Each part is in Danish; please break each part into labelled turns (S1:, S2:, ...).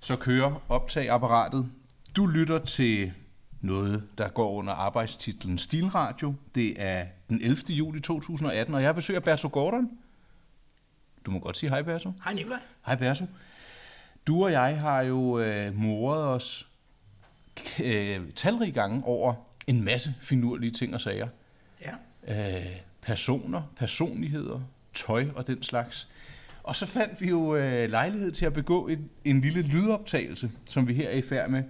S1: Så kører optageapparatet. Du lytter til noget, der går under arbejdstitlen Stilradio. Det er den 11. juli 2018, og jeg besøger Berto Gordon. Du må godt sige hej, Berto.
S2: Hej Nikolaj.
S1: Hej, Berto. Du og jeg har jo øh, moret os øh, talrige gange over en masse finurlige ting og sager.
S2: Ja.
S1: øh, personer, personligheder, tøj og den slags. Og så fandt vi jo øh, lejlighed til at begå et, en lille lydoptagelse, som vi her er i færd med.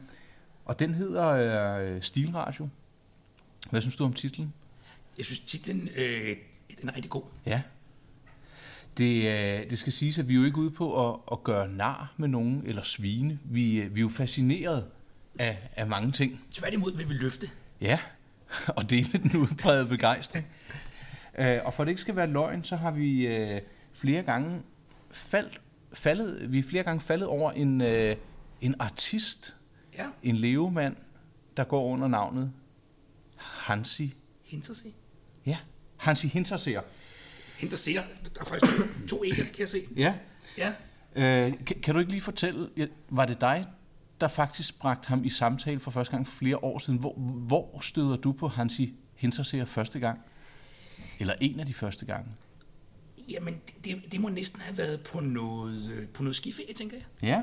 S1: Og den hedder øh, Stilradio. Hvad synes du om titlen?
S2: Jeg synes titlen, øh, den er rigtig god.
S1: Ja. Det, øh, det skal siges, at vi er jo ikke ude på at, at gøre nar med nogen eller svine. Vi, øh, vi er jo fascineret af, af mange ting.
S2: Tværtimod vil vi løfte.
S1: Ja, og dele den udbredte begejstring. Øh, og for at det ikke skal være løgn, så har vi øh, flere gange faldt, faldet, vi er flere gange faldet over en, øh, en artist,
S2: Ja.
S1: en levemand, der går under navnet Hansi.
S2: Hinterse.
S1: Ja, Hansi Hinterseer.
S2: Hinterseer. Der er faktisk to, to ægger, kan jeg se.
S1: Ja.
S2: Ja.
S1: Øh, kan, kan du ikke lige fortælle, ja, var det dig, der faktisk bragte ham i samtale for første gang for flere år siden? Hvor, hvor støder du på Hansi Hinterseer første gang? Eller en af de første gange?
S2: Jamen, det- det, det, må næsten have været på noget, øh, på noget skiferie, tænker jeg.
S1: Ja.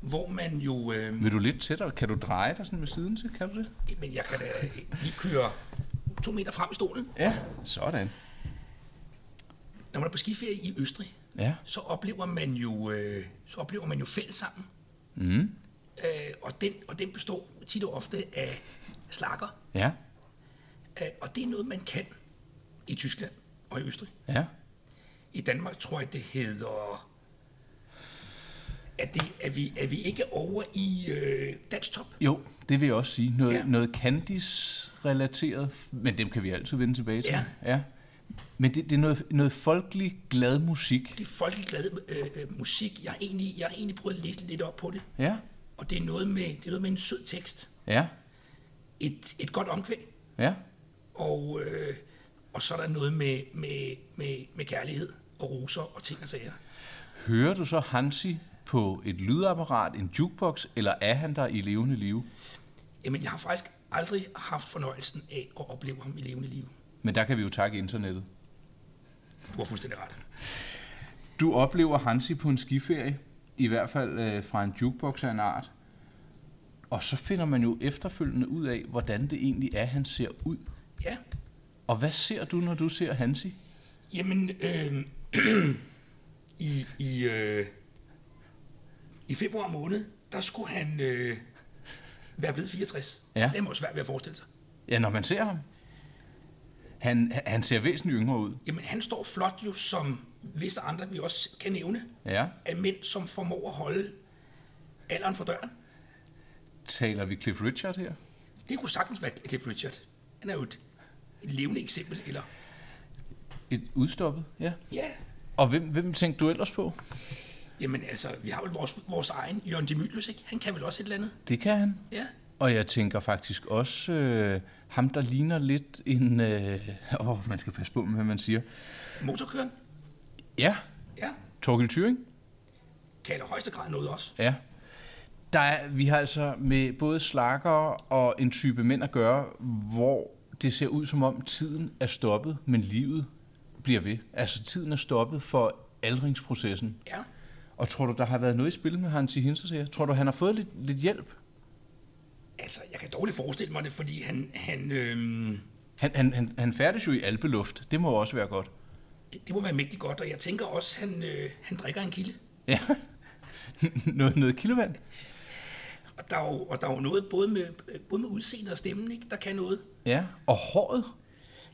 S2: Hvor man jo... Øh,
S1: Vil du lidt tættere? Kan du dreje dig sådan med siden til? Kan du det?
S2: men jeg kan da lige køre to meter frem i stolen.
S1: Ja. Sådan.
S2: Når man er på skiferie i Østrig,
S1: Ja.
S2: så oplever man jo, øh, så oplever man jo fælles sammen.
S1: Mm.
S2: Øh, og, den, og den består tit og ofte af slakker.
S1: Ja.
S2: Øh, og det er noget, man kan i Tyskland og i Østrig.
S1: Ja.
S2: I Danmark tror jeg, det hedder... Er, det, er, vi, er vi ikke over i øh, dansk top?
S1: Jo, det vil jeg også sige. Noget, ja.
S2: Ja.
S1: noget Candice-relateret, men dem kan vi altid vende tilbage til.
S2: Ja.
S1: ja. Men det, det er noget, noget folkelig glad musik.
S2: Det er folkeglade øh, øh, musik. Jeg har, egentlig, jeg har egentlig prøvet at læse lidt op på det.
S1: Ja.
S2: Og det er noget med, det er noget med en sød tekst.
S1: Ja.
S2: Et, et godt omkvæd.
S1: Ja.
S2: Og, øh, og så er der noget med, med, med, med kærlighed og roser og ting og sager.
S1: Hører du så Hansi på et lydapparat, en jukebox, eller er han der i levende live?
S2: Jamen, jeg har faktisk aldrig haft fornøjelsen af at opleve ham i levende liv.
S1: Men der kan vi jo takke internettet.
S2: Du har fuldstændig ret.
S1: Du oplever Hansi på en skiferie, i hvert fald øh, fra en jukebox af en art. Og så finder man jo efterfølgende ud af, hvordan det egentlig er, han ser ud.
S2: Ja,
S1: Og hvad ser du, når du ser Hansi?
S2: Jamen, øh, i, i, øh, i februar måned, der skulle han øh, være blevet 64.
S1: Ja.
S2: Det må svært ved at forestille sig.
S1: Ja, når man ser ham. Han, han ser væsentligt yngre ud.
S2: Jamen, han står flot jo, som visse andre, vi også kan nævne,
S1: Ja.
S2: af mænd, som formår at holde alderen for døren.
S1: Taler vi Cliff Richard her?
S2: Det kunne sagtens være Cliff Richard. Han er jo et et levende eksempel, eller...
S1: Et udstoppet, ja.
S2: Ja,
S1: Og hvem, hvem tænkte du ellers på?
S2: jamen altså, vi har jo vores, vores egen Jørgen Demilius, ikke? Han kan vel også et eller andet?
S1: Det kan han.
S2: Ja.
S1: Og jeg tænker faktisk også øh, ham, der ligner lidt en... Øh, åh, man skal passe på med, hvad man siger.
S2: Motorkøren?
S1: Ja,
S2: Ja.
S1: Torgild Thyring.
S2: Kan i højeste grad noget også.
S1: Ja. Der er, vi har altså med både slakker og en type mænd at gøre, hvor det ser ud som om tiden er stoppet, men livet bliver ved. Altså tiden er stoppet for aldringsprocessen.
S2: Ja.
S1: Og tror du, der har været noget i spil med Hansi Hinterseer? Tror du, han har fået lidt, lidt hjælp?
S2: Altså, jeg kan dårligt forestille mig det, fordi han, han øhm,
S1: Han, han, han, han færdes jo i alpeluft. Det må jo også være godt.
S2: det må være mægtig godt, og jeg tænker også, han, øh, han drikker en kilde.
S1: Ja. noget, noget kildevand.
S2: Og der er jo, og der er jo noget både med, både med udseende og stemmen, ikke? der kan noget.
S1: Ja. Og håret.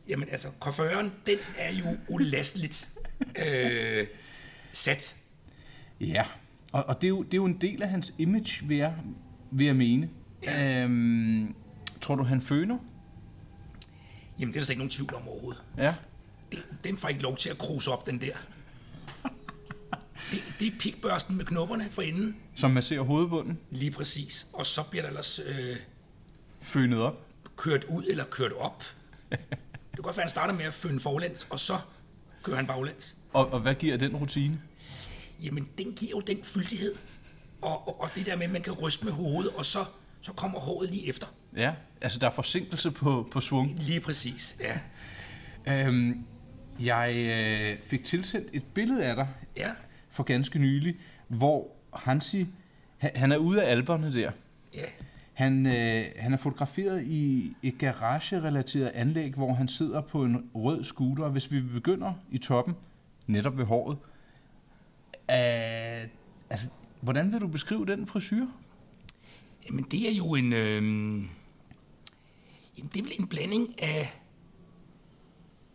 S2: Jamen altså, kofferen, den er jo ulasteligt øh, sat.
S1: Ja, og, og det, er jo, det er jo en del af hans image, vil jeg, vil jeg mene. Øhm, tror du, han føler?
S2: Jamen, det er der slet ikke nogen tvivl om overhovedet.
S1: Ja.
S2: Den, den får ikke lov til at kruse op, den der. Det, det er pikbørsten med knopperne for enden,
S1: Som man ser hovedbunden,
S2: lige præcis. Og så bliver der ellers øh,
S1: fønet op.
S2: kørt ud eller kørt op. Det kan godt være, han starter med at føne forlæns, og så kører han baglæns.
S1: Og, og hvad giver den rutine?
S2: Jamen, den giver jo den fyldighed og, og, og det der med, at man kan ryste med hovedet, og så, så kommer håret lige efter.
S1: Ja, altså der er forsinkelse på, på svung.
S2: Lige præcis, ja.
S1: Øhm, jeg øh, fik tilsendt et billede af dig
S2: Ja,
S1: for ganske nylig, hvor Hansi, han, han er ude af alberne der.
S2: ja.
S1: Han, øh, han er fotograferet i et garagerelateret anlæg, hvor han sidder på en rød scooter. Hvis vi begynder i toppen, netop ved håret, øh, altså, hvordan vil du beskrive den frisyr?
S2: Jamen, det er jo en... Øh, jamen, det er vel en blanding af,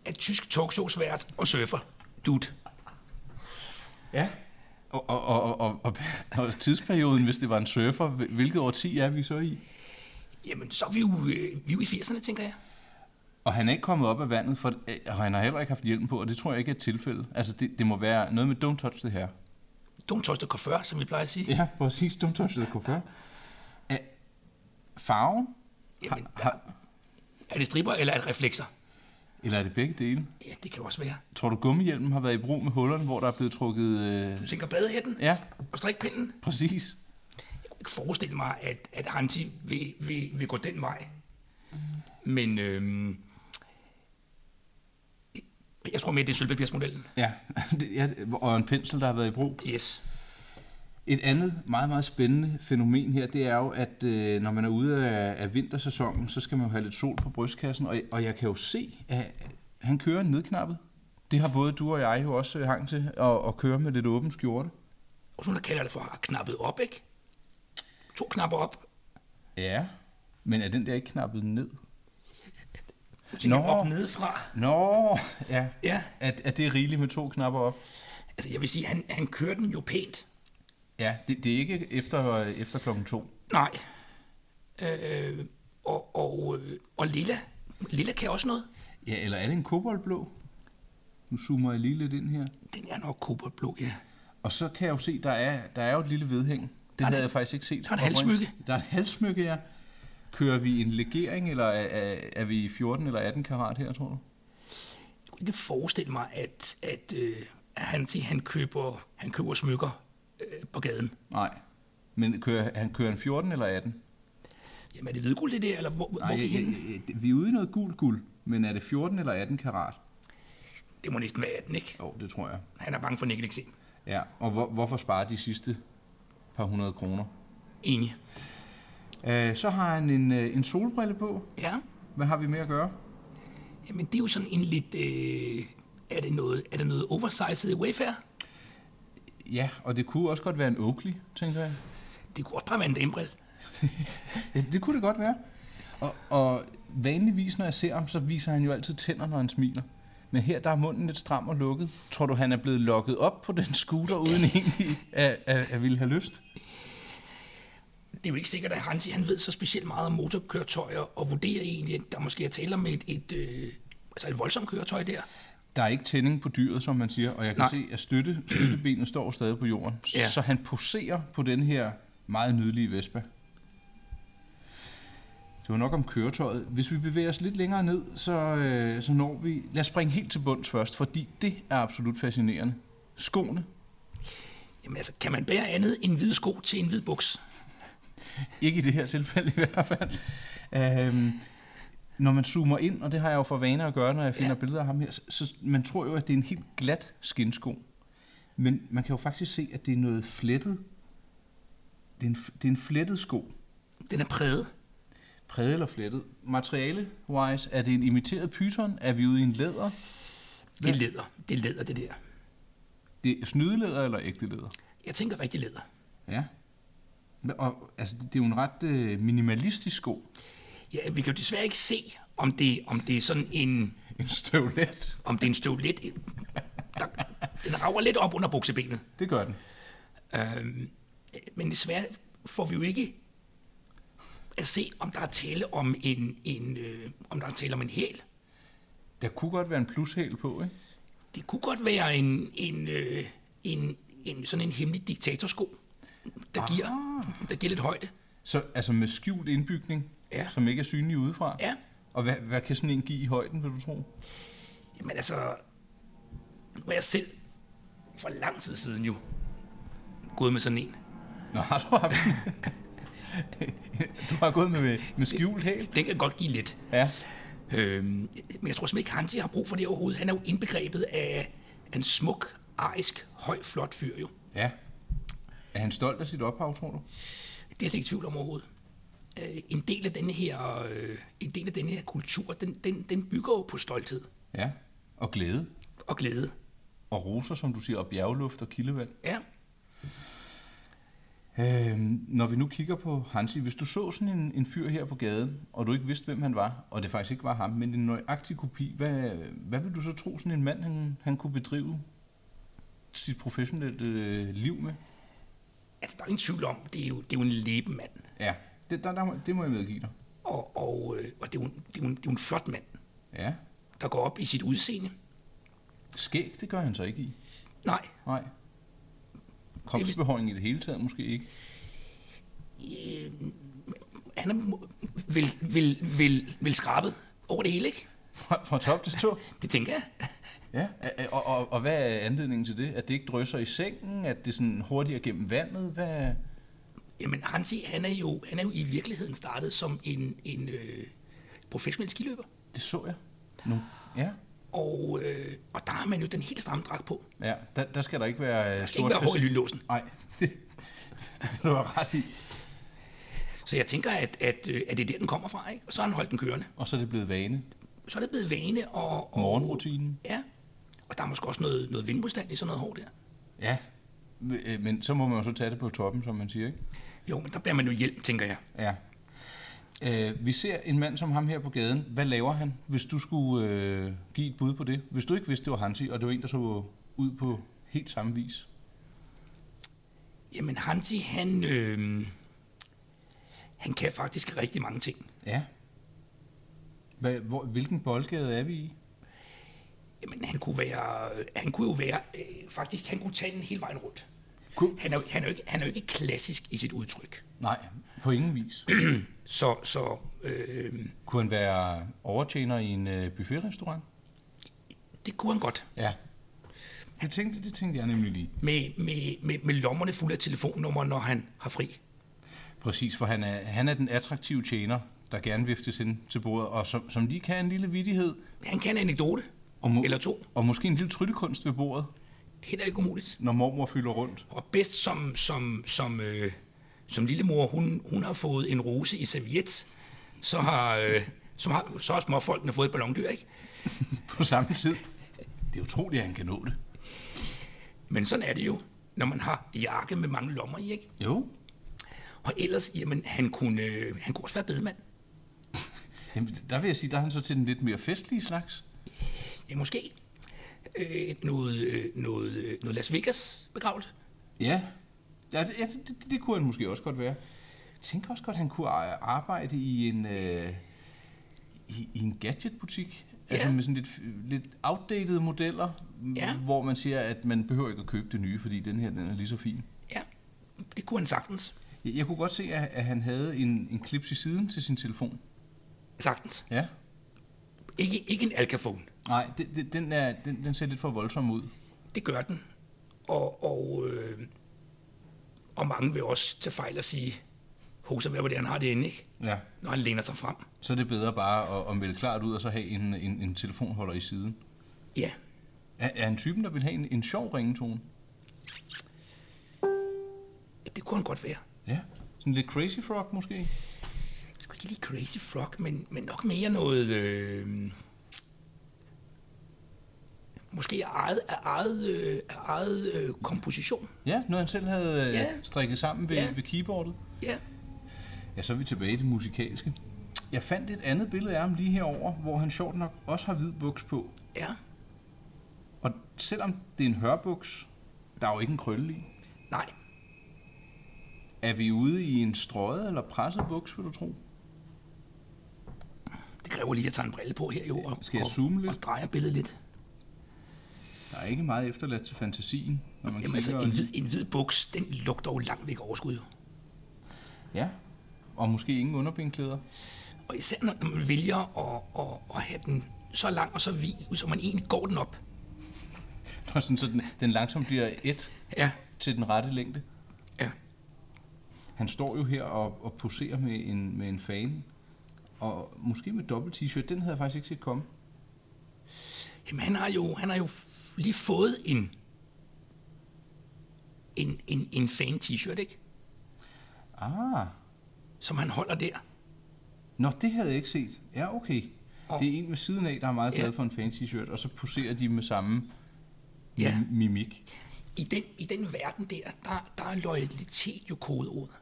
S2: af tysk talkshowsvært og surfer. Dude.
S1: Ja. Og, og, og, og, og, og tidsperioden, hvis det var en surfer, hvil- hvilket årti er vi så i?
S2: Jamen, så er vi jo, øh, vi er jo i 80'erne, tænker jeg.
S1: Og han er ikke kommet op af vandet, for, øh, og han har heller ikke haft hjelm på, og det tror jeg ikke er et tilfælde. Altså, det, det må være noget med don't touch det her.
S2: Don't touch the coiffure, som vi plejer at sige.
S1: Ja, præcis. Don't touch the kuffert. Øh, Farven?
S2: Jamen,
S1: Har-
S2: der,
S1: har-
S2: er det striber eller er det reflekser?
S1: Eller er det begge dele?
S2: Ja, det kan også være.
S1: Tror du, gummihjelmen har været i brug med hullerne, hvor der er blevet trukket... Øh...
S2: Du tænker badehætten
S1: Ja,
S2: og strikpinden?
S1: præcis.
S2: Jeg kan ikke forestille mig, at, at Hansi vil, vil, vil gå den vej. Men øhm, jeg tror mere, det er sølvpapirsmodellen.
S1: Ja. Det- ja, og en pensel, der har været i brug.
S2: Yes.
S1: Et andet meget, meget spændende fænomen her, det er jo, at øh, når man er ude af, af vintersæsonen, så skal man jo have lidt sol på brystkassen, og, og jeg kan jo se, at han kører nedknappet. Det har både du og jeg jo også øh, hang til, at, at køre med lidt åben skjorte.
S2: Og sådan der kalder det for at have knappet op, ikke? To knapper op.
S1: Ja, men er den der ikke knappet ned?
S2: Du tænker
S1: Nå.
S2: Nå. op nedefra.
S1: Nå, ja.
S2: Ja.
S1: At, at det er rigeligt med to knapper op.
S2: Altså, jeg vil sige, han, han kører den jo pænt.
S1: Ja, det, det er ikke efter, øh, efter klokken to.
S2: Nej. Øh, og, og, øh, og Lilla. Lilla kan også noget.
S1: Ja, eller er det en koboldblå? Nu zoomer jeg lige lidt ind her.
S2: Den er nok koboldblå, ja.
S1: Og så kan jeg jo se, der er, der er jo et lille vedhæng. Det havde
S2: et-
S1: jeg faktisk ikke set.
S2: der er et halssmykke.
S1: Der er et halssmykke, ja. Kører vi en legering, eller er, er, er vi i 14 eller 18 karat her, tror du?
S2: Jeg kunne ikke forestille mig, at, at, øh, at han, siger, han, køber, han køber smykker øh, på gaden.
S1: Nej. Men kører, han kører en 14 eller 18?
S2: Jamen, er det hvidguld, det der? Eller hvor, Nej, hvor er vi
S1: jeg,
S2: henne?
S1: jeg, jeg, øh, vi er ude i noget gul guld, men er det 14 eller 18 karat?
S2: Det må næsten være 18, ikke?
S1: Jo, det tror jeg.
S2: Han er bange for nikkeleksen.
S1: Ja, og hvor, hvorfor spare de sidste par hundrede kroner?
S2: Enig.
S1: Øh, så har han en, øh, en solbrille på.
S2: Ja.
S1: Hvad har vi med at gøre?
S2: Jamen, det er jo sådan en lidt... Øh, er, det noget, er det noget oversized Wayfair?
S1: Ja, og det kunne også godt være en Oakley, tænker jeg.
S2: Det kunne også bare være en dæmbril.
S1: Ja, det kunne det godt være. Og, og vanligvis, når jeg ser ham, så viser han jo altid tænder, når han smiler. Men her, der er munden lidt stram og lukket. Tror du, han er blevet lokket op på den scooter, uden egentlig at, at, at ville have lyst?
S2: Det er jo ikke sikkert, at Hansi han ved så specielt meget om motorkøretøjer, og vurderer egentlig, at der måske er tale om et, et, øh, altså et voldsomt køretøj der.
S1: Der er ikke tænding på dyret, som man siger, og jeg kan
S2: Nej.
S1: Nej. se, at støtte, støttebenet står stadig på jorden.
S2: Ja.
S1: Ja. Så han poserer på den her meget nydelige Vespa. Det var nok om køretøjet. Hvis vi bevæger os lidt længere ned, så, øh, så når vi... Lad os springe helt til bunds først, fordi det er absolut fascinerende. Skoene.
S2: Jamen altså, kan man bære andet end hvide sko til en hvid buks?
S1: Ikke i det her tilfælde i hvert fald. Øhm, når man zoomer ind, og det har jeg jo for vane at gøre, når jeg finder
S2: Ja.
S1: ja. billeder af ham her, så, så man tror jo, at det er en helt glat skinsko. Men man kan jo faktisk se, at det er noget flettet. Det er en, f- det er en flettet sko.
S2: Den er præget.
S1: Præget eller flettet. Materiale-wise, er det en imiteret pyton? Er vi ude i en læder?
S2: Det er læder. Det er læder, det der.
S1: Det er snydelæder eller ægte læder?
S2: Jeg tænker rigtig læder.
S1: Ja. Men- Og, altså, det er jo en ret øh, minimalistisk sko.
S2: Ja, vi kan jo desværre ikke se, om det, om det er sådan en,
S1: En støvlet.
S2: om det er en støvlet. Der, den rager lidt op under buksebenet.
S1: Det gør den.
S2: Øhm, men desværre får vi jo ikke at se, om der er tale om en, en øh, om der er tale om en hæl.
S1: Der kunne godt være en plushæl på, ikke?
S2: Det kunne godt være en, en, øh, en, en sådan en hemmelig diktatorsko, der giver, der giver lidt højde.
S1: Så altså med skjult indbygning,
S2: Ja.
S1: ja. som ikke er synlig udefra?
S2: Ja.
S1: Og hvad, hvad kan sådan en give i højden, vil du tro?
S2: Jamen altså, nu er jeg selv for lang tid siden jo gået med sådan en.
S1: Nå, har du haft Du har gået med, med skjult hæl?
S2: Den kan godt give lidt.
S1: Ja.
S2: Øhm, men jeg tror simpelthen ikke, Hansi har brug for det overhovedet. Han er jo indbegrebet af en smuk, arisk, høj, flot fyr jo.
S1: Ja. Er han stolt af sit ophav, tror du?
S2: Det er jeg slet ikke i tvivl om overhovedet. Øh, en del af denne her, øh, en del af denne her kultur, den, den, den bygger jo på stolthed
S1: Ja. Og glæde.
S2: og glæde.
S1: Og roser, som du siger, og bjergluft og kildevand.
S2: Ja.
S1: Øhm, når vi nu kigger på Hansi, hvis du så sådan en, en fyr her på gaden, og du ikke vidste, hvem han var, og det faktisk ikke var ham, men en nøjagtig kopi, hvad, hvad vil du så tro, sådan en mand, han, han kunne bedrive sit professionelle øh, liv med?
S2: Altså, der er ingen tvivl om, det er jo, det er jo en læbemand.
S1: Ja, det, der, der, må- det må jeg medgive dig.
S2: Og, og, øh, og det, er jo, en- det, er jo en, det er jo en flot mand,
S1: Ja.
S2: der går op i sit udseende.
S1: Skæg, det gør han så ikke i.
S2: Nej,
S1: Nej. Kropsbehåring i det hele taget måske ikke.
S2: øh, han er må- vel, vel, vel, vel skrabet over det hele, ikke?
S1: Fra, fra top til tå.
S2: Det tænker jeg.
S1: Ja, og, og, og hvad er anledningen til det? At det ikke drysser i sengen? At det sådan hurtigere gennem vandet? Hvad...
S2: Jamen, Hansi, han er jo, han er jo i virkeligheden startet som en, en øh, professionel skiløber.
S1: Det så jeg. Nu. Ja.
S2: Og, øh, og der har man jo den helt stramme dragt på.
S1: Ja, der, der skal der ikke være... øh,
S2: Der skal ikke være hår i lynlåsen.
S1: Nej, det det vil du har ret i.
S2: Så jeg tænker, at, at, øh, at det er der, den kommer fra, ikke? Og så har han holdt den kørende.
S1: Og så er det blevet vane.
S2: Så er det blevet vane og... og
S1: Morgenrutinen.
S2: Ja. Og der er måske også noget, noget vindmodstand i sådan noget hår der.
S1: Ja, men- øh, men så må man jo så tage det på toppen, som man siger, ikke?
S2: Jo, men der bliver man jo hjælp, tænker jeg.
S1: Ja. Øh, vi ser en mand som ham her på gaden. Hvad laver han, hvis du skulle øh, give et bud på det? Hvis du ikke vidste, det var Hansi, og det var en, der så ud på helt samme vis.
S2: Jamen, Hansi, han... Øh, han kan faktisk rigtig mange ting.
S1: Ja. Hvad, hvor, hvilken boldgade er vi i?
S2: Jamen, han kunne, være, han kunne jo være... Øh, faktisk, han kunne tage den hele vejen rundt.
S1: Kun?
S2: Han er, jo- han, er jo ikke, han er jo ikke klassisk i sit udtryk.
S1: Nej, på ingen vis.
S2: Så, så øh,
S1: Kunne han være overtjener i en øh, buffetrestaurant?
S2: det kunne han godt.
S1: Ja. Det tænkte, det tænkte jeg nemlig lige.
S2: Med, med, med, med lommerne fulde af telefonnummer, når han har fri.
S1: Præcis, for han er, han er den attraktive tjener, der gerne viftes ind til bordet, og som, som lige kan en lille vittighed,
S2: Han kan en anekdote.
S1: Og må-
S2: Eller to.
S1: og måske en lille tryllekunst ved bordet,
S2: Heller ikke umuligt.
S1: når mormor fylder rundt.
S2: Og bedst som, som, som, øh, som lillemor, hun, hun har fået en rose i serviet, så har, øh, som har, så har småfolkene fået et ballondyr, ikke?
S1: på samme tid. Det er utroligt, at han kan nå det.
S2: Men sådan er det jo, når man har jakke med mange lommer i, ikke?
S1: Jo.
S2: Og ellers, jamen, han kunne, øh, han kunne også være bedemand.
S1: Jamen, der vil jeg sige, der er han så til den lidt mere festlige slags.
S2: Ja, måske. Øh, noget, øh, noget, øh, noget Las Vegas begravelse.
S1: Ja. Ja, det, ja det, det, det kunne han måske også godt være. Jeg tænker også godt, at han kunne ar- arbejde i en, øh, i, i en gadgetbutik. Ja. Altså
S2: Ja.
S1: med sådan lidt, f- lidt outdated modeller, m-
S2: Ja.
S1: hvor man siger, at man behøver ikke at købe det nye, fordi den her den er lige så fin.
S2: Ja, det kunne han sagtens.
S1: Jeg, jeg kunne godt se, at, at han havde en, en klips i siden til sin telefon.
S2: Sagtens.
S1: Ja.
S2: Ikke, ikke en alkafon.
S1: Nej, det, det, den, er, den, den ser lidt for voldsom ud.
S2: Det gør den. Og, og, øh, og mange vil også tage fejl og sige, hoser hvad var det, han har det inde, ikke?
S1: Ja.
S2: Når han læner sig frem.
S1: Så er det bedre bare at, at melde klart ud og så have en, en, en telefonholder i siden.
S2: Ja.
S1: Er, er han typen, der vil have en, en sjov ringetone?
S2: Det kunne han godt være.
S1: Ja. Sådan lidt Crazy Frog måske?
S2: Jeg skulle ikke lige Crazy Frog, men, men nok mere noget... Øh, måske af eget, af eget, øh, af eget øh, komposition.
S1: Ja, noget han selv havde øh,
S2: Ja.
S1: strikket sammen ved,
S2: Ja.
S1: ved keyboardet.
S2: Ja.
S1: Ja, så er vi tilbage i det musikalske. Jeg fandt et andet billede af ham lige herover, hvor han sjovt nok også har hvid buks på.
S2: Ja.
S1: Og selvom det er en hørbuks, der er jo ikke en krølle i.
S2: Nej.
S1: Er vi ude i en strøget eller presset buks, vil du tro?
S2: Det kræver lige at tage en brille på her, jo. Og,
S1: Skal jeg zoome lidt?
S2: Og, og dreje billedet lidt.
S1: Der er ikke meget efterladt til fantasien, når man
S2: Jamen altså,
S1: kigger.
S2: en hvid, en hvid buks, den lugter jo langt væk overskud. jo.
S1: Ja, og måske ingen underbenklæder.
S2: Og især når man vælger at, at, at have den så lang og så vid, ud, så man egentlig går den op.
S1: Nå, sådan, så den, den langsomt bliver et
S2: Ja,
S1: til den rette længde.
S2: ja.
S1: Han står jo her og, og poserer med en, med en fane, og måske med dobbelt t-shirt. Den havde jeg faktisk ikke set komme.
S2: Jamen, han har jo, han har jo f- lige fået en, en, en, en fan-t-shirt, ikke?
S1: Ah,
S2: Som han holder der.
S1: nå, det havde jeg ikke set. Ja, okay.
S2: Og-
S1: Det er en ved siden af, der er meget
S2: Ja.
S1: glad for en fan t-shirt, og så poserer de med samme
S2: Ja.
S1: mi- mimik.
S2: I den, I den verden der, der, der er loyalitet jo kodeordet.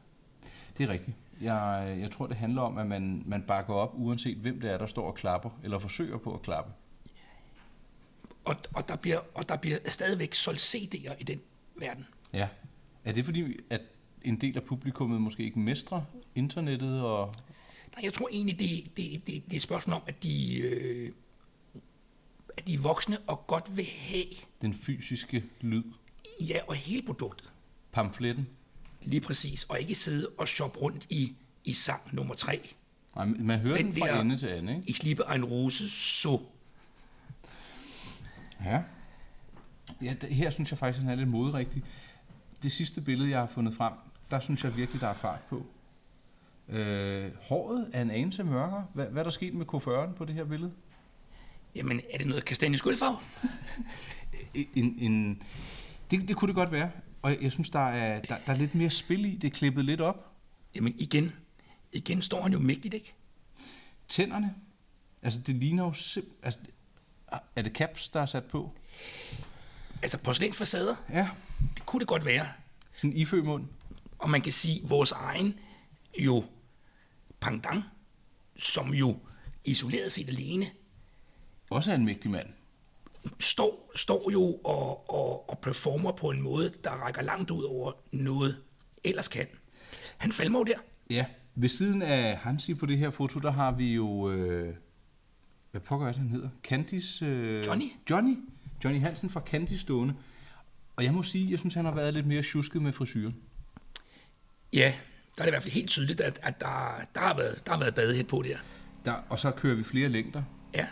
S1: Det er rigtigt. Jeg, jeg tror, det handler om, at man, man bakker op, uanset hvem det er, der står og klapper, eller forsøger på at klappe.
S2: Og, og, der bliver, og der bliver stadigvæk solgt CD'er i den verden.
S1: Ja. Er det fordi, at en del af publikummet måske ikke mestrer internettet? Og...
S2: Nej, jeg tror egentlig, det, det, det, det er et spørgsmål om, at de, øh, at de er voksne og godt vil have
S1: den fysiske lyd,
S2: ja, og hele produktet.
S1: pamfletten.
S2: Lige præcis. Og ikke sidde og shoppe rundt i, i sang nummer tre.
S1: Nej, men man hører den,
S2: Den
S1: den fra
S2: der-
S1: ende til anden, ikke?
S2: Ich liebe ein Rose, så.
S1: Ja. ja det, her synes jeg faktisk, han er lidt modrigtig. Det sidste billede, jeg har fundet frem, der synes jeg virkelig, der er fart på. Øh, håret er en anelse mørkere. Hvad, hvad er der sket med K40'en på det her billede?
S2: Jamen, er det noget kastanje skuldfarve?
S1: En, en, det, det kunne det godt være. Og jeg synes, der er, der, der er lidt mere spil i. Det er klippet lidt op.
S2: Jamen, igen. Igen står han jo mægtigt, ikke?
S1: Tænderne. Altså, det ligner jo simpelthen... Altså, er det caps, der er sat på?
S2: Altså, porcelænsfacader,
S1: Ja.
S2: det kunne det godt være.
S1: Sådan en ifømund.
S2: Og man kan sige, vores egen jo pangdang, som jo isoleret set alene,
S1: Også er en mægtig mand.
S2: står, står jo og, og, og performer på en måde, der rækker langt ud over noget ellers kan. Han falmer jo der.
S1: Ja, ved siden af Hansi på det her foto, der har vi jo... Øh, hvad pokker er det, han hedder? Candice... Øh,
S2: Johnny.
S1: Johnny. Johnny Hansen fra Candice stående. Og jeg må sige, jeg synes, han har været lidt mere tjusket med frisyren.
S2: Ja, der er det i hvert fald helt tydeligt, at, at der, der, har været, der har været badehæt på der.
S1: Der, og så kører vi flere længder.
S2: Ja,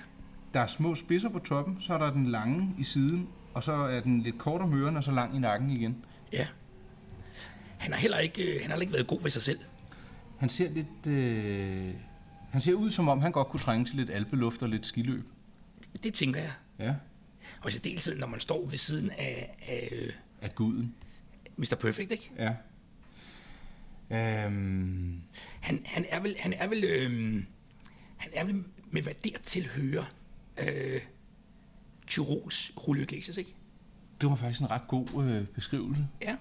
S1: Der er små spidser på toppen, så er der den lange i siden, og så er den lidt kort om ørerne, og så lang i nakken igen.
S2: ja. Han har heller ikke, øh, han har heller ikke været god ved sig selv.
S1: Han ser lidt... Øh, han ser ud, som om han godt kunne trænge til lidt alpeluft og lidt skiløb.
S2: Det tænker jeg.
S1: Ja,
S2: Og i deltid, når man står ved siden af, af øh,
S1: at guden.
S2: Mr. Perfect, ikke?
S1: Ja. Øhm,
S2: Han, han er vel, han er vel, øh, han er vel med hvad der tilhører øh, Tyrols Julio Iglesias, ikke?
S1: det var faktisk en ret god øh, beskrivelse.
S2: Ja.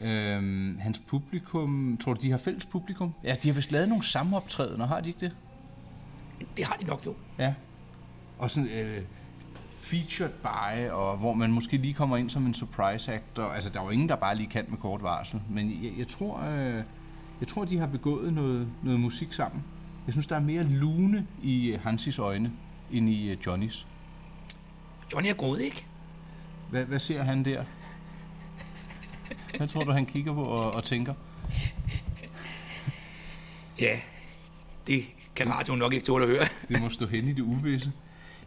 S1: Øhm, hans publikum, tror du, de har fælles publikum? Ja, de har vist lavet nogle samoptrædener, har de ikke det?
S2: Det har de nok jo.
S1: Ja. Og sådan øh, featured by, og hvor man måske lige kommer ind som en surprise actor. Altså, der er jo ingen, der bare lige kan med kort varsel. Men jeg, jeg tror, øh, jeg tror, de har begået noget, noget musik sammen. Jeg synes, der er mere lune i øh, Hansis øjne, end i øh, Johnnys.
S2: Johnny er gået, ikke?
S1: Hvad, hvad ser han der? Hvad tror du, han kigger på og, og tænker?
S2: Ja. Det kan radioen nok ikke tåle at høre.
S1: Det må stå hen i det uvisse.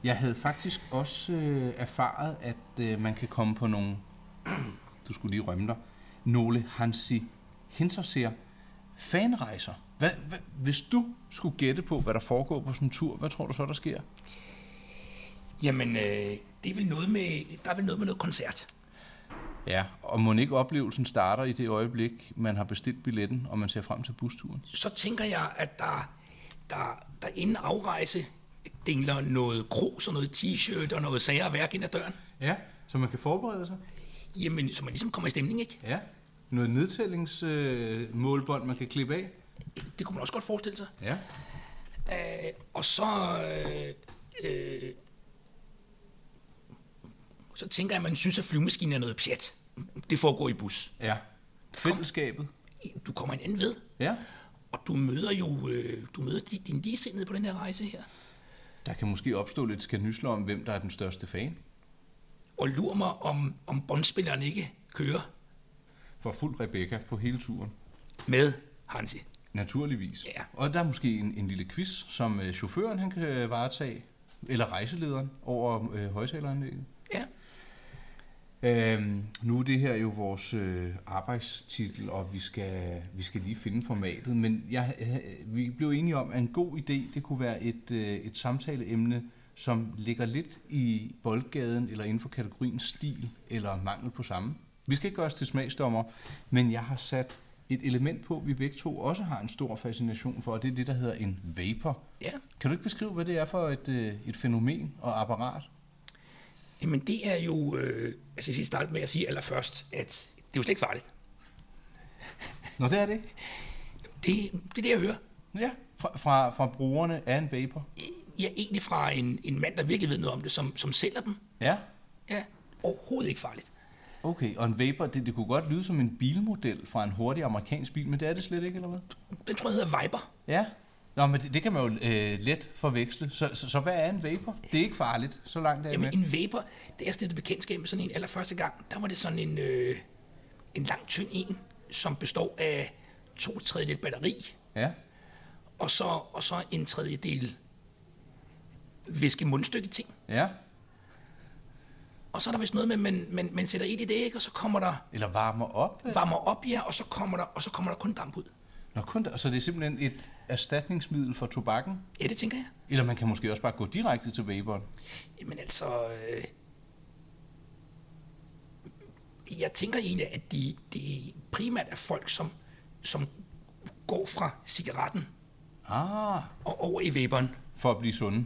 S1: Jeg havde faktisk også øh, erfaret, at øh, man kan komme på nogle... Du skulle lige rømme dig. Nogle Hansi Hinterseer fanrejser. Hvad, hvad, hvis du skulle gætte på, hvad der foregår på sådan en tur, hvad tror du så, der sker?
S2: Jamen, øh, det er vel noget med, der er vel noget med noget koncert.
S1: Ja, og må ikke oplevelsen starter i det øjeblik, man har bestilt billetten, og man ser frem til busturen?
S2: Så tænker jeg, at der, der, der inden afrejse dingler noget krus og noget t-shirt og noget sager og værk ind ad døren.
S1: Ja, så man kan forberede sig.
S2: Jamen, så man ligesom kommer i stemning, ikke?
S1: Ja, noget nedtællingsmålbånd, øh, målbånd, man kan klippe af.
S2: Det kunne man også godt forestille sig.
S1: Ja.
S2: Øh, og så... Øh, øh, så tænker jeg, at man synes, at flyvemaskinen er noget pjat. Det foregår i bus.
S1: Ja. Fællesskabet.
S2: Du kommer en anden ved,
S1: Ja.
S2: og du møder jo øh, du møder din, din ligesindede på den her rejse her.
S1: Der kan måske opstå lidt skandysler om, hvem der er den største fan.
S2: Og lurer mig, om, om båndspilleren ikke kører
S1: For fuld Rebecca på hele turen.
S2: med Hansi.
S1: Naturligvis.
S2: Ja.
S1: Og der er måske en, en lille quiz, som øh, chaufføren han kan øh, varetage, eller rejselederen over øh, højtaleranlægget.
S2: Ja.
S1: Øhm, nu er det her jo vores øh, arbejdstitel, og vi skal, vi skal lige finde formatet, men jeg, øh, vi blev enige om, at en god idé det kunne være et, øh, et samtaleemne, som ligger lidt i boldgaden, eller inden for kategorien stil, eller mangel på samme. Vi skal ikke gøre os til smagsdommer, men jeg har sat et element på, vi begge to også har en stor fascination for, og det er det, der hedder en vapor.
S2: Ja,
S1: Kan du ikke beskrive, hvad det er for et, øh, et fænomen og apparat?
S2: Jamen det er jo, øh, altså jeg skal starte med at sige allerførst, at det er jo slet ikke farligt.
S1: Nå, det er det ikke.
S2: Det, det er det, jeg hører.
S1: Ja, fra, fra, fra brugerne af en vapor.
S2: Jeg er egentlig fra en, en mand, der virkelig ved noget om det, som, som sælger dem.
S1: Ja.
S2: Ja, overhovedet ikke farligt.
S1: Okay, og en Vapor, det, det kunne godt lyde som en bilmodel fra en hurtig amerikansk bil, men det er det slet ikke, eller hvad?
S2: Den tror jeg hedder Viber.
S1: Ja. Nå, men det, det kan man jo øh, let forveksle. Så, så, så hvad er en Vapor? Det er ikke farligt, så langt er jeg med.
S2: Jamen en Viber, det er stillet bekendtskab med sådan en allerførste gang. Der var det sådan en, øh, en lang, tynd en, som består af to tredjedel batteri,
S1: Ja.
S2: og så, og så en tredjedel viske mundstykke ting.
S1: Ja.
S2: Og så er der vist noget med, at man, man, man sætter ild i det, ikke? og så kommer der
S1: Eller varmer op. øh.
S2: varmer op, ja, og så kommer der, og så kommer der kun damp ud.
S1: Nå, kun der. Så det er simpelthen et erstatningsmiddel for tobakken?
S2: Ja, det tænker jeg.
S1: Eller man kan måske også bare gå direkte til Vaporen?
S2: Jamen altså... Øh, jeg tænker egentlig, at de, de primært er folk, som, som går fra cigaretten
S1: Ah,
S2: og over i væberen
S1: for at blive sunde.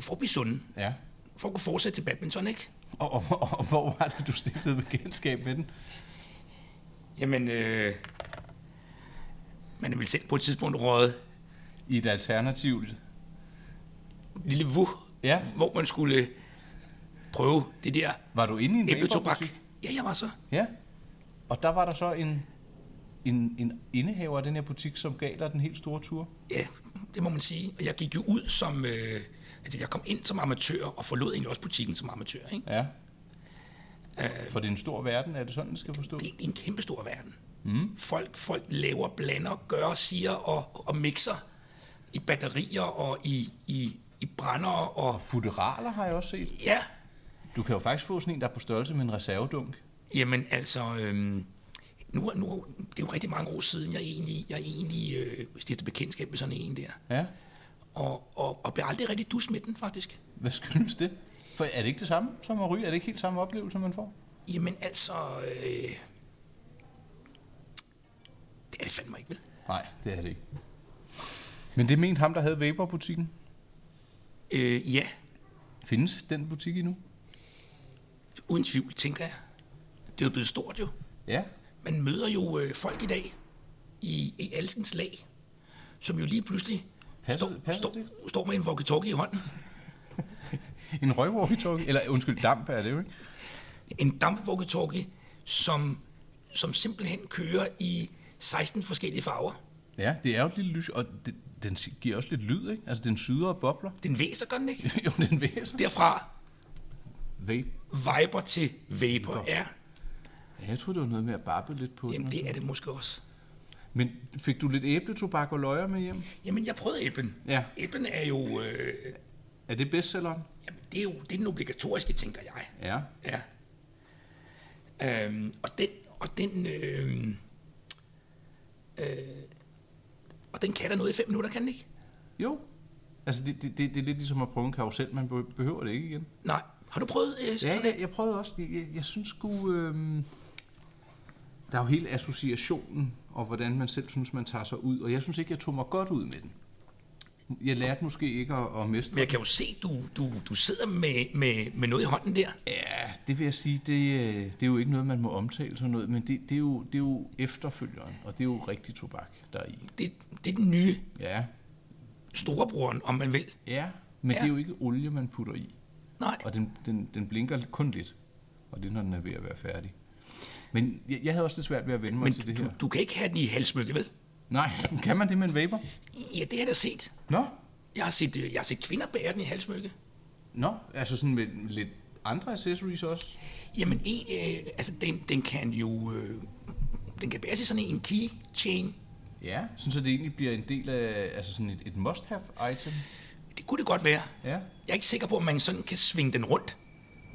S2: for at blive sunde,
S1: Ja.
S2: for at kunne fortsætte til badminton, ikke?
S1: Og, og, og, og hvor var det, du stiftede bekendtskab med den?
S2: Jamen, øh, man er vel selv på et tidspunkt røget
S1: I et alternativt
S2: lille vu,
S1: Ja.
S2: hvor man skulle prøve det der
S1: Var du inde i en
S2: æbletobak.
S1: vaporbutik?
S2: Ja, jeg var så.
S1: Ja. Og der var der så en, en, en indehaver af den her butik, som gav dig den helt store tur.
S2: Ja, det må man sige. Og jeg gik jo ud som... Øh, altså, jeg kom ind som amatør og forlod egentlig også butikken som amatør. Ikke?
S1: Ja. Øh. For det er en stor verden, er det sådan, det skal forstå?
S2: Det er en kæmpe stor verden. Mm. Folk, folk laver, blander, gør, siger og, og mixer i batterier og i, i, i brænder og...
S1: Og futeraler har jeg også set.
S2: Ja,
S1: Du kan jo faktisk få sådan en, der er på størrelse med en reservedunk.
S2: jamen altså... Øhm, nu, nu, det er jo rigtig mange år siden, jeg egentlig, jeg egentlig øh, stiftede bekendtskab med sådan en der.
S1: Ja.
S2: Og, og, og blev aldrig rigtig dus med den, faktisk.
S1: Hvad skyldes det? For er det ikke det samme som at ryge? Er det ikke helt samme oplevelse, man får?
S2: Jamen altså... Øh, det er det fandme ikke, vel?
S1: Nej, det er det ikke. Men det mente ham, der havde Vapor-butikken.
S2: Øh, ja,
S1: Findes den butik endnu?
S2: uden tvivl, tænker jeg. Det er jo blevet stort jo.
S1: Ja.
S2: Man møder jo øh, folk i dag i, i alskens lag, som jo lige pludselig
S1: Passer-
S2: står,
S1: passer
S2: står, står med en walkie-talkie i hånden.
S1: En røgwalkie-talkie? Eller undskyld, damp er det jo ikke?
S2: En damp-walkie-talkie, som, som simpelthen kører i 16 forskellige farver.
S1: Ja, det er jo et lille lys, og det, den si- giver også lidt lyd, ikke? Altså, den syder og bobler.
S2: Den væser gør den ikke?
S1: jo, den væser.
S2: Derfra
S1: Vape.
S2: viber til vapor. Ja,
S1: Ja, jeg troede, det var noget med at babbe lidt på
S2: jamen
S1: den.
S2: det er det måske også.
S1: Men fik du lidt æbletobak og løjer med hjem?
S2: Jamen, jeg prøvede æblen.
S1: Ja.
S2: Æblen er jo, øh,
S1: Er det bestselleren?
S2: jamen, det er jo det er den obligatoriske, tænker jeg.
S1: Ja.
S2: Ja. Øhm, og den, og den, øhm, øh, og den kan der noget i fem minutter, kan den ikke?
S1: Jo. Altså, det, det, det, det er lidt ligesom at prøve en karusel, man be- behøver det ikke igen.
S2: Nej. Har du prøvet? Øh,
S1: Ja,
S2: sådan
S1: jeg, jeg prøvede også. Jeg, jeg, jeg synes sgu... Øhm, der er jo hele associationen, og hvordan man selv synes, man tager sig ud. Og jeg synes ikke, jeg tog mig godt ud med den. Jeg lærte måske ikke at, at mestre
S2: Men jeg kan jo se, du, du, du sidder med, med, med noget i hånden der.
S1: Ja, det vil jeg sige, det, øh, det er jo ikke noget, man må omtale sådan noget, men det, det, er, jo, det er jo efterfølgeren, og det er jo rigtig tobak, der er i.
S2: Det, det er den nye
S1: Ja,
S2: storebroren, om man vil.
S1: ja men ja.
S2: Ja.
S1: det er jo ikke olie, man putter i,
S2: Nej.
S1: og den, den, den blinker kun lidt, og det er, når den er ved at være færdig. Men jeg, jeg havde også lidt svært ved at vende mig
S2: Men
S1: til det
S2: du,
S1: her.
S2: du kan ikke have den i halsmykke, vel?
S1: Nej, kan man det med en vapor?
S2: Ja, det har jeg da set.
S1: Nå,
S2: Jeg har set, øh, jeg har set kvinder bære den i halsmykke.
S1: nå, altså sådan med lidt andre accessories også.
S2: Jamen, en, øh, altså, den, den kan jo... Øh, den kan bæres i sådan en keychain.
S1: Ja, sådan så det egentlig bliver en del af altså sådan et, et must-have item.
S2: Det kunne det godt være.
S1: Ja,
S2: Jeg er ikke sikker på, om man sådan kan svinge den rundt.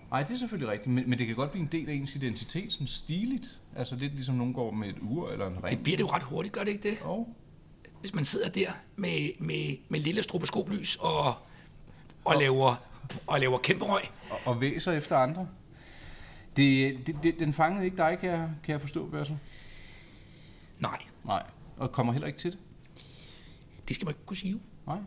S1: Nej, det er selvfølgelig rigtigt, men, men det kan godt blive en del af ens identitet, sådan stiligt. Altså lidt ligesom nogen går med et ur eller en ring.
S2: Det bliver det jo ret hurtigt, gør det ikke det?
S1: Og
S2: Hvis man sidder der med, med, med lille stroboskoplys og, og, og, laver, og laver kæmpe røg.
S1: og, og væser efter andre. Det, det, det, den fangede ikke dig, kan jeg, kan jeg forstå, Børsen.
S2: Nej,
S1: Nej. Og kommer heller ikke til det.
S2: det skal man ikke kunne sige.
S1: Nej.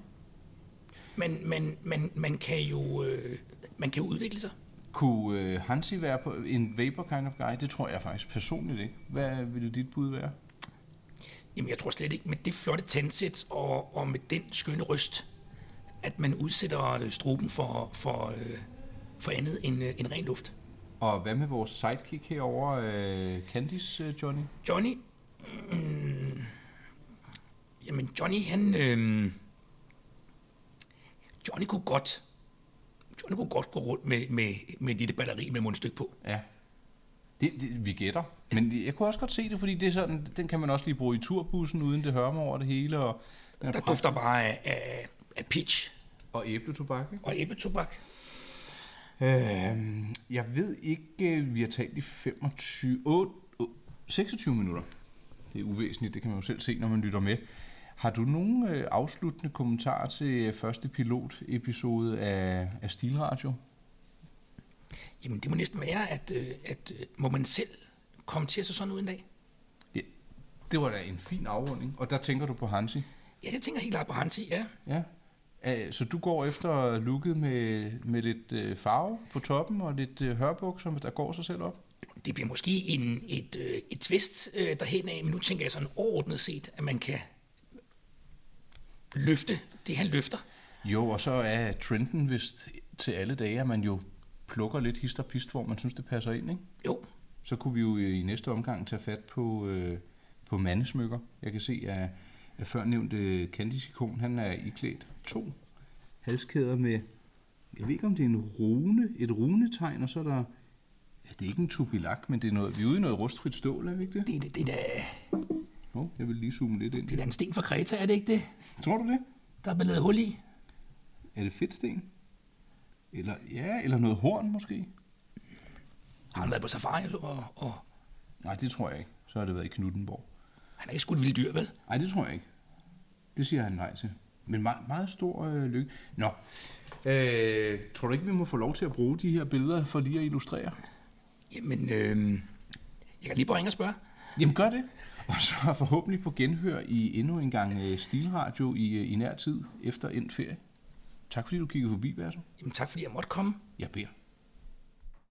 S2: Men man, man, man, kan, jo, øh, man kan jo udvikle sig.
S1: Kunne øh, Hansi være på en vapor kind of guy? Det tror jeg faktisk personligt ikke. Hvad ville dit bud være?
S2: Jamen, jeg tror slet ikke, med det flotte tandsæt og, og med den skønne ryst, at man udsætter øh, struben for, for, øh, for andet end, øh, end ren luft.
S1: Og hvad med vores sidekick herover, øh, Candice øh, Johnny?
S2: Johnny, mm, jamen Johnny, han, øh, Johnny kunne godt, Johnny kunne godt gå rundt med, med, med det batteri med mundstykke på.
S1: Ja. Det, det, vi gætter. Men jeg kunne også godt se det, fordi det er sådan, den kan man også lige bruge i turbussen, uden det hørmer over det hele, og, den er
S2: Der
S1: pragt-
S2: dufter bare af, af, af pitch
S1: og æbletobak. Ikke?
S2: og æbletobak.
S1: Øh, jeg ved ikke, øh, vi har talt i 25, 8, 26 minutter. Det er uvæsentligt, det kan man jo selv se, når man lytter med. Har du nogle øh, afsluttende kommentarer til øh, første pilotepisode af, af Stilradio?
S2: Jamen, det må næsten være, at, øh, at øh, må man selv komme til at se sådan ud en dag?
S1: Ja, det var da en fin afrunding, og der tænker du på Hansi.
S2: Ja, jeg tænker helt klart på Hansi, ja.
S1: Ja. Øh, Så du går efter looket med, med lidt øh, farve på toppen og lidt øh, hørbukser, der går sig selv op?
S2: Det bliver måske en, et, øh, et twist øh, derhen af, men nu tænker jeg sådan overordnet set, at man kan løfte det, han løfter.
S1: Jo, og så er trenden vist til alle dage, at man jo plukker lidt hist og pist, hvor man synes, det passer ind. Ikke?
S2: Jo,
S1: Så kunne vi jo øh, i næste omgang tage fat på, øh, på mandesmykker. Jeg kan se, at, at førnævnte Candice Ikon, han er iklædt to halskæder med, jeg ved ikke om det er en rune, et runetegn, og så er der, ja, det er ikke en tubilak, men det er noget, vi er ude i noget rustfrit stål, er vi ikke det?
S2: det, det, det, er da-
S1: Jo, jeg vil lige zoome lidt ind.
S2: det er da en sten fra Kreta, er det ikke det?
S1: Tror du det?
S2: Der er blevet lavet hul i.
S1: Er det fedtsten? Eller, ja, eller noget horn måske?
S2: Har han været på safari, og, og
S1: Nej, det tror jeg ikke. Så har det været i Knuttenborg.
S2: han har ikke skudt vilde dyr, vel?
S1: Nej, det tror jeg ikke. Det siger han nej til. Men meget, meget stor øh, lykke. Nå, øh, tror du ikke, vi må få lov til at bruge de her billeder for lige at illustrere?
S2: Jamen, øh, jeg kan lige bare ringe og spørge.
S1: Jamen gør det. Og så forhåbentlig på genhør i endnu en gang øh, Stilradio i, øh, i nær tid efter endt ferie. Tak fordi du kiggede forbi, Bertel.
S2: Jamen, tak fordi jeg måtte komme.
S1: Jeg beder.